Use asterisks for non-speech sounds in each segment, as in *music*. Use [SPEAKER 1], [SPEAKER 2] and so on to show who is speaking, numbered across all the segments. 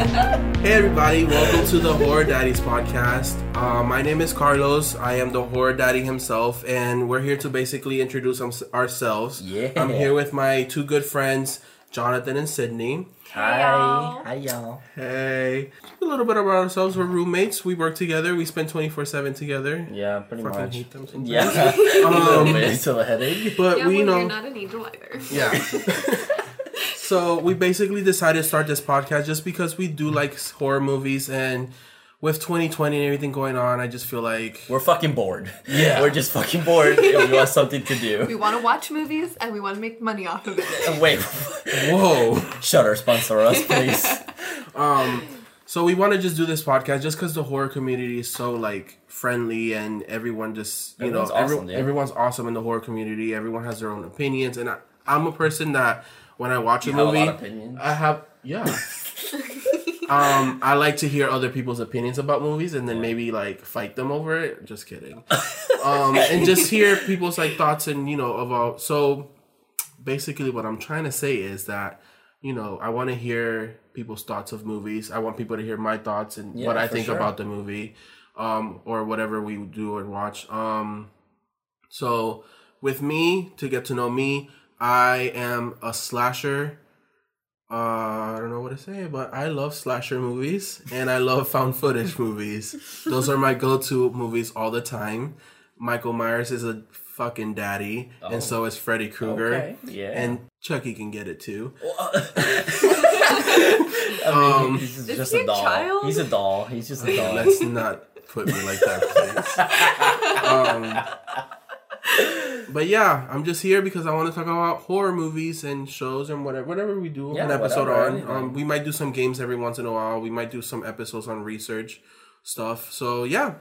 [SPEAKER 1] Hey everybody, welcome to the Horror Daddies podcast. Uh, my name is Carlos. I am the Horror Daddy himself, and we're here to basically introduce ums- ourselves.
[SPEAKER 2] Yeah.
[SPEAKER 1] I'm here with my two good friends, Jonathan and Sydney.
[SPEAKER 2] Hi.
[SPEAKER 3] y'all.
[SPEAKER 2] Hi, y'all.
[SPEAKER 1] Hey, a little bit about ourselves. We're roommates. We work together. We spend 24 seven together.
[SPEAKER 2] Yeah, pretty
[SPEAKER 1] Fucking
[SPEAKER 2] much.
[SPEAKER 4] *laughs*
[SPEAKER 1] hate Um, them sometimes.
[SPEAKER 2] Yeah. a little bit. It's a headache.
[SPEAKER 1] But
[SPEAKER 3] Yeah,
[SPEAKER 1] we
[SPEAKER 3] well,
[SPEAKER 1] know.
[SPEAKER 3] you're not an angel either.
[SPEAKER 1] Yeah. *laughs* so we basically decided to start this podcast just because we do like horror movies and with 2020 and everything going on, I just feel like
[SPEAKER 4] We're fucking bored.
[SPEAKER 1] Yeah.
[SPEAKER 4] We're just fucking *laughs* bored and we want something to
[SPEAKER 3] We
[SPEAKER 4] do.
[SPEAKER 3] want to watch movies and we want to make money off of
[SPEAKER 4] *laughs*
[SPEAKER 3] it.
[SPEAKER 4] Wait.
[SPEAKER 1] whoa.
[SPEAKER 4] Shutter sponsor us, *laughs* please.
[SPEAKER 1] *laughs* So we want to just do this podcast just because the horror community is so like friendly and everyone just you
[SPEAKER 4] Everyone's
[SPEAKER 1] know every-
[SPEAKER 4] awesome, yeah.
[SPEAKER 1] everyone's awesome in the horror community. Everyone has their own opinions, and I, I'm a person that when I watch a
[SPEAKER 4] have a
[SPEAKER 1] movie,
[SPEAKER 4] lot of opinions.
[SPEAKER 1] I have yeah.
[SPEAKER 4] *laughs*
[SPEAKER 1] um, I like to hear other people's opinions about movies and then maybe like fight them over it. Just
[SPEAKER 4] *laughs*
[SPEAKER 1] kidding. um, and just hear people's like thoughts and you know about so basically what I'm trying to say is that you know I want to hear people's thoughts of movies. I want people to hear my thoughts and what
[SPEAKER 4] Yeah,
[SPEAKER 1] I
[SPEAKER 4] for
[SPEAKER 1] think
[SPEAKER 4] sure.
[SPEAKER 1] about the movie um, or whatever we do and watch. Um, so with me to get to know me, I am a slasher. Uh, I don't know what to say, but I love slasher movies and I love found footage movies. Those are my go-to movies all the time. Michael Myers is a fucking daddy, and so is Freddy Krueger.
[SPEAKER 4] Okay, yeah.
[SPEAKER 1] And Chucky can get it too.
[SPEAKER 4] I mean, he's just,
[SPEAKER 3] Is
[SPEAKER 4] just
[SPEAKER 3] he
[SPEAKER 4] a
[SPEAKER 3] a
[SPEAKER 4] doll.
[SPEAKER 3] child?
[SPEAKER 4] He's a doll. He's just a doll.
[SPEAKER 1] um, *laughs* Let's not put me like that, please. Um, but yeah, I'm just here because I want to talk about horror movies and shows and whatever whatever we do
[SPEAKER 4] Yeah,
[SPEAKER 1] an episode
[SPEAKER 4] whatever,
[SPEAKER 1] on.
[SPEAKER 4] anything.
[SPEAKER 1] Um, we might do some games every once in a while. We might do some episodes on research stuff. So yeah.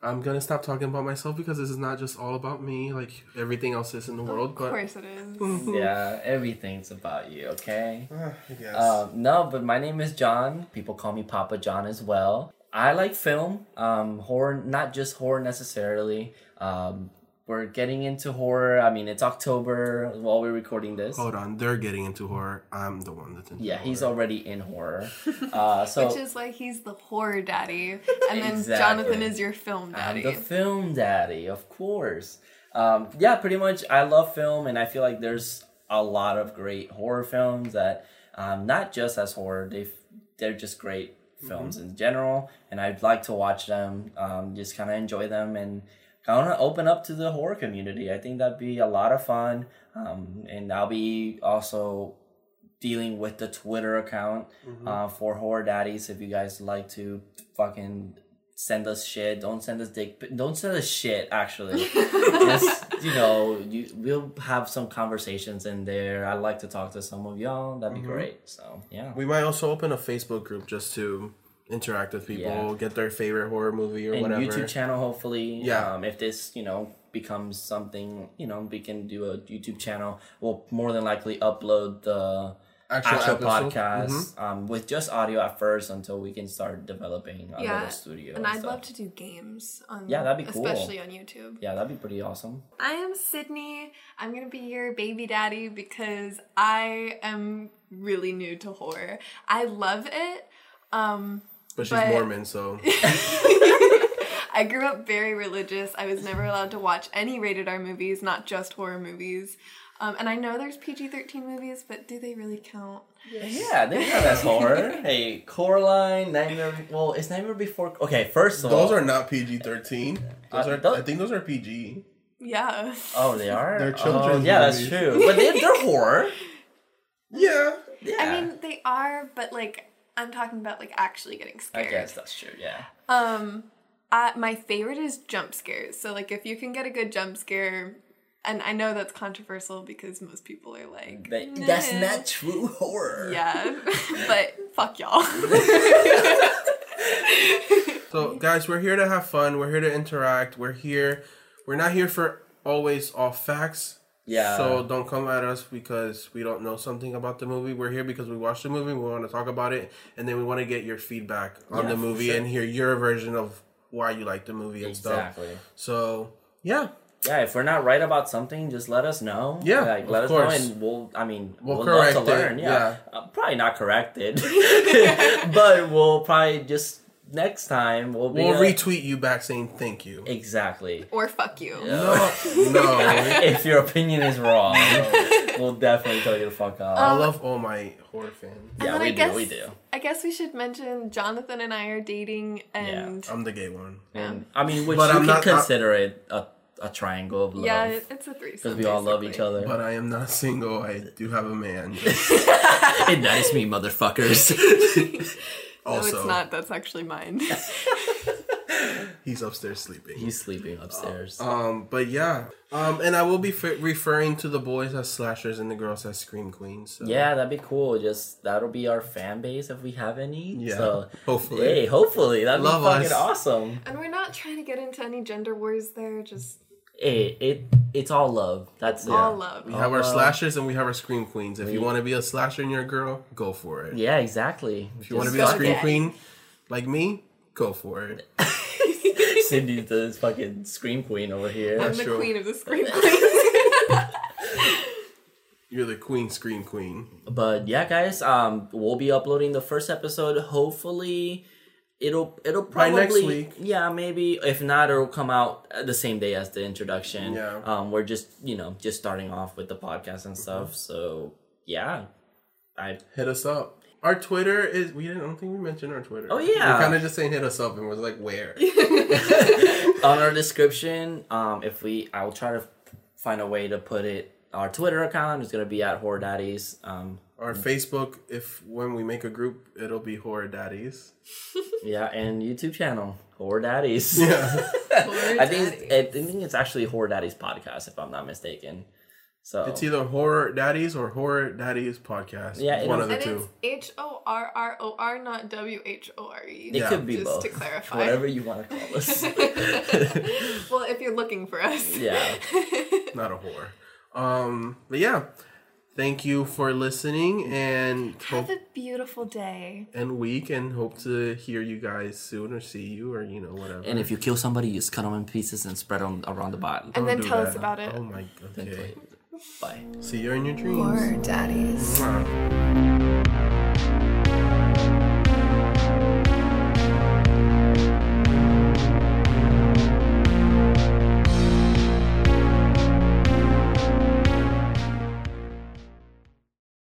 [SPEAKER 1] I'm gonna stop talking about myself because this is not just all about me, like everything else is in the world.
[SPEAKER 3] Of
[SPEAKER 1] But
[SPEAKER 3] course it is.
[SPEAKER 4] yeah, everything's about you, okay?
[SPEAKER 1] I guess.
[SPEAKER 4] Um, no, but my name is John. People call me Papa John as well. I like film, um, horror, not just horror necessarily. Um, we're getting into horror. I mean, it's October while we're recording this.
[SPEAKER 1] Hold on, they're getting into horror. I'm the one that's into
[SPEAKER 4] yeah, he's
[SPEAKER 1] Oh, horror.
[SPEAKER 4] already in horror. Uh, so
[SPEAKER 3] Which is why he's the horror daddy. And then
[SPEAKER 4] Exactly.
[SPEAKER 3] Jonathan is your film daddy.
[SPEAKER 4] I'm the film daddy, of course. Um, yeah, pretty much. I love film, and I feel like there's a lot of great horror films that, um, not just as horror, they they're just great
[SPEAKER 3] Mm-hmm.
[SPEAKER 4] films in general, and I'd like to watch them, um, just kind of enjoy them, and kind of open up to the horror community. I think that'd be a lot of fun, um, and I'll be also dealing with the Twitter account uh, for Horror Daddies. If you guys like to fucking send us shit, don't send us dick. pic- Don't send us shit. Actually, just you know, you, we'll have some conversations in there. I'd like to talk to some of y'all. That'd be great. So yeah,
[SPEAKER 1] We might also open a Facebook group just to interact with people,
[SPEAKER 4] Yeah.
[SPEAKER 1] get their favorite horror movie or
[SPEAKER 4] and
[SPEAKER 1] whatever.
[SPEAKER 4] YouTube channel hopefully.
[SPEAKER 1] Yeah.
[SPEAKER 4] Um, if this you know becomes something, you know, we can do a YouTube channel. We'll more than likely upload the.
[SPEAKER 1] Actual
[SPEAKER 4] actual,
[SPEAKER 1] episode. Mm-hmm.
[SPEAKER 4] podcast um, with just audio at first until we can start developing a
[SPEAKER 3] yeah.
[SPEAKER 4] little studio.
[SPEAKER 3] And
[SPEAKER 4] And
[SPEAKER 3] I'd
[SPEAKER 4] stuff.
[SPEAKER 3] love to do games on
[SPEAKER 4] Yeah, that'd be cool.
[SPEAKER 3] Especially on YouTube.
[SPEAKER 4] Yeah, that'd be pretty awesome.
[SPEAKER 3] I am Sydney. I'm gonna be your baby daddy because I am really new to horror. I love it. Um,
[SPEAKER 1] But she's
[SPEAKER 3] But-
[SPEAKER 1] Mormon, so
[SPEAKER 3] I grew up very religious. I was never allowed to watch any rated R movies, not just horror movies. Um, and I know there's PG 13 movies, but do they really count?
[SPEAKER 4] Yeah, they have that horror. hey, Coraline, Nightmare. Well, it's Nightmare Before. Okay, first of all,
[SPEAKER 1] those are not PG thirteen. Those
[SPEAKER 4] Uh,
[SPEAKER 1] are
[SPEAKER 4] those-
[SPEAKER 1] I think those are PG.
[SPEAKER 3] Yeah.
[SPEAKER 4] Oh, they are.
[SPEAKER 1] They're
[SPEAKER 4] Oh,
[SPEAKER 1] children's
[SPEAKER 4] yeah, that's
[SPEAKER 1] movies.
[SPEAKER 4] true. But they,
[SPEAKER 3] *laughs*
[SPEAKER 4] they're horror.
[SPEAKER 1] Yeah.
[SPEAKER 4] Yeah.
[SPEAKER 3] I mean, they are, but like, I'm talking about like actually getting
[SPEAKER 4] I
[SPEAKER 3] scared.
[SPEAKER 4] guess that's true. Yeah.
[SPEAKER 3] Um, I, my favorite is jump scares. So like, if you can get a good jump scare, and I know that's controversial because most people are like,
[SPEAKER 4] But that's
[SPEAKER 3] "Nah."
[SPEAKER 4] not true horror.
[SPEAKER 3] Yeah, *laughs* but fuck
[SPEAKER 4] *laughs*
[SPEAKER 3] y'all.
[SPEAKER 1] So guys, we're here to have fun. We're here to interact. We're here. We're not here for always all facts.
[SPEAKER 4] Yeah.
[SPEAKER 1] So don't come at us because we don't know something about the movie. We're here because we watched the movie. We want to talk about it, and then we want to get your feedback on
[SPEAKER 4] Yeah,
[SPEAKER 1] the
[SPEAKER 4] for
[SPEAKER 1] movie
[SPEAKER 4] sure.
[SPEAKER 1] and hear your version of why you like the movie and stuff.
[SPEAKER 4] Exactly.
[SPEAKER 1] So yeah,
[SPEAKER 4] yeah, if we're not right about something, just let us know.
[SPEAKER 1] Yeah,
[SPEAKER 4] like let
[SPEAKER 1] of
[SPEAKER 4] us
[SPEAKER 1] course.
[SPEAKER 4] know, and we'll. I mean,
[SPEAKER 1] We'll
[SPEAKER 4] we'll, love to
[SPEAKER 1] correct it,
[SPEAKER 4] learn.
[SPEAKER 1] yeah.
[SPEAKER 4] Yeah, Uh, probably not corrected,
[SPEAKER 1] *laughs*
[SPEAKER 4] *laughs* but we'll probably just next time we'll be
[SPEAKER 1] We'll
[SPEAKER 4] like-
[SPEAKER 1] retweet you back saying thank you. *laughs*
[SPEAKER 4] exactly. *laughs*
[SPEAKER 3] Or fuck you.
[SPEAKER 1] No, no.
[SPEAKER 4] if your opinion
[SPEAKER 1] *laughs*
[SPEAKER 4] is wrong, we'll definitely tell you to fuck off.
[SPEAKER 1] I love all my horror fans.
[SPEAKER 4] yeah,
[SPEAKER 3] then Um, I
[SPEAKER 4] we
[SPEAKER 3] guess-
[SPEAKER 4] do. We do.
[SPEAKER 3] I guess we should mention Jonathan and I are dating, and
[SPEAKER 1] I'm the gay one.
[SPEAKER 4] And I mean, which
[SPEAKER 1] But
[SPEAKER 4] you
[SPEAKER 1] I'm
[SPEAKER 4] can
[SPEAKER 1] not- I-
[SPEAKER 4] consider it a, a triangle of love
[SPEAKER 3] yeah,
[SPEAKER 4] because
[SPEAKER 3] it- it's a threesome.
[SPEAKER 4] we all love
[SPEAKER 3] basically.
[SPEAKER 4] each *laughs* other.
[SPEAKER 1] But I am not *laughs* single. I do have a
[SPEAKER 4] *laughs*
[SPEAKER 1] man.
[SPEAKER 2] Hey, nice me, motherfuckers.
[SPEAKER 1] *laughs* Also,
[SPEAKER 3] no, it's not. That's actually
[SPEAKER 4] *laughs*
[SPEAKER 3] mine. *laughs*
[SPEAKER 1] he's upstairs sleeping.
[SPEAKER 4] He's sleeping upstairs.
[SPEAKER 1] Um, but yeah. Um, and I will be f- referring to the boys as slashers and the girls as scream queens. So.
[SPEAKER 4] yeah, that'd be cool. Just that'll be our fan base if we have any.
[SPEAKER 1] Yeah.
[SPEAKER 4] So
[SPEAKER 1] hopefully.
[SPEAKER 4] hey, hopefully that'd
[SPEAKER 1] Love
[SPEAKER 4] be fucking
[SPEAKER 1] us.
[SPEAKER 4] awesome.
[SPEAKER 3] and we're not trying to get into any gender wars there. Just
[SPEAKER 4] Hey, it it's all love. That's it.
[SPEAKER 3] all love.
[SPEAKER 1] We have our
[SPEAKER 4] Uh,
[SPEAKER 1] slashers and we have our scream queens. If you want to be a slasher and you're a girl, go for it.
[SPEAKER 4] Yeah, exactly.
[SPEAKER 1] If you want to
[SPEAKER 4] Just
[SPEAKER 1] be
[SPEAKER 3] go
[SPEAKER 1] a scream
[SPEAKER 3] get it.
[SPEAKER 1] queen like me, go for it.
[SPEAKER 4] *laughs* Cindy the fucking scream queen over here.
[SPEAKER 3] I'm the
[SPEAKER 1] sure.
[SPEAKER 3] queen
[SPEAKER 4] *laughs*
[SPEAKER 3] of the scream queens.
[SPEAKER 1] You're the queen scream queen.
[SPEAKER 4] But yeah, guys, um, we'll be uploading the first episode. Hopefully, it'll it'll
[SPEAKER 1] By
[SPEAKER 4] probably
[SPEAKER 1] next week.
[SPEAKER 4] Yeah, maybe if not, it'll come out uh, the same day as the introduction.
[SPEAKER 1] Yeah.
[SPEAKER 4] Um, we're just you know just starting off with the podcast and
[SPEAKER 1] Mm-hmm.
[SPEAKER 4] stuff. So yeah, I
[SPEAKER 1] Hit us up. Our Twitter is we didn't I don't think we mentioned our Twitter.
[SPEAKER 4] Oh, yeah.
[SPEAKER 1] We're kinda just saying hit us up and we're like
[SPEAKER 4] *laughs*
[SPEAKER 1] where?
[SPEAKER 4] on our description. Um, if we, I'll try to find a way to put it. Our Twitter account is gonna be at Horror Daddies. Um,
[SPEAKER 1] Our Facebook, if when we make a group, it'll be horror
[SPEAKER 4] *laughs*
[SPEAKER 1] daddies.
[SPEAKER 4] yeah, and YouTube channel Horror Daddies.
[SPEAKER 1] Yeah.
[SPEAKER 4] I think it's- I think it's actually Horror Daddies podcast, if I'm not mistaken. So
[SPEAKER 1] It's either horror daddies or horror daddies podcast.
[SPEAKER 4] Yeah, it
[SPEAKER 1] one
[SPEAKER 4] is-
[SPEAKER 1] of the
[SPEAKER 3] and
[SPEAKER 1] two.
[SPEAKER 3] it's H O R R O R, not W H O R E.
[SPEAKER 4] it
[SPEAKER 1] Yeah.
[SPEAKER 4] could be
[SPEAKER 3] Just
[SPEAKER 4] both.
[SPEAKER 3] to clarify.
[SPEAKER 4] whatever you want to
[SPEAKER 3] *laughs*
[SPEAKER 4] call us.
[SPEAKER 3] Well, if you're looking for us.
[SPEAKER 4] yeah,
[SPEAKER 3] *laughs*
[SPEAKER 1] not a whore. Um, but yeah, thank you for listening and
[SPEAKER 3] Have
[SPEAKER 1] hope
[SPEAKER 3] a beautiful day.
[SPEAKER 1] and week and hope to hear you guys soon or see you or you know whatever.
[SPEAKER 4] and if you kill somebody, you just cut them in pieces and spread them around the body.
[SPEAKER 3] And then
[SPEAKER 1] Do
[SPEAKER 3] tell
[SPEAKER 1] that.
[SPEAKER 3] us about it.
[SPEAKER 1] Oh my. Okay.
[SPEAKER 4] Bye.
[SPEAKER 1] See you in your dreams.
[SPEAKER 3] Or daddies.
[SPEAKER 1] Mwah.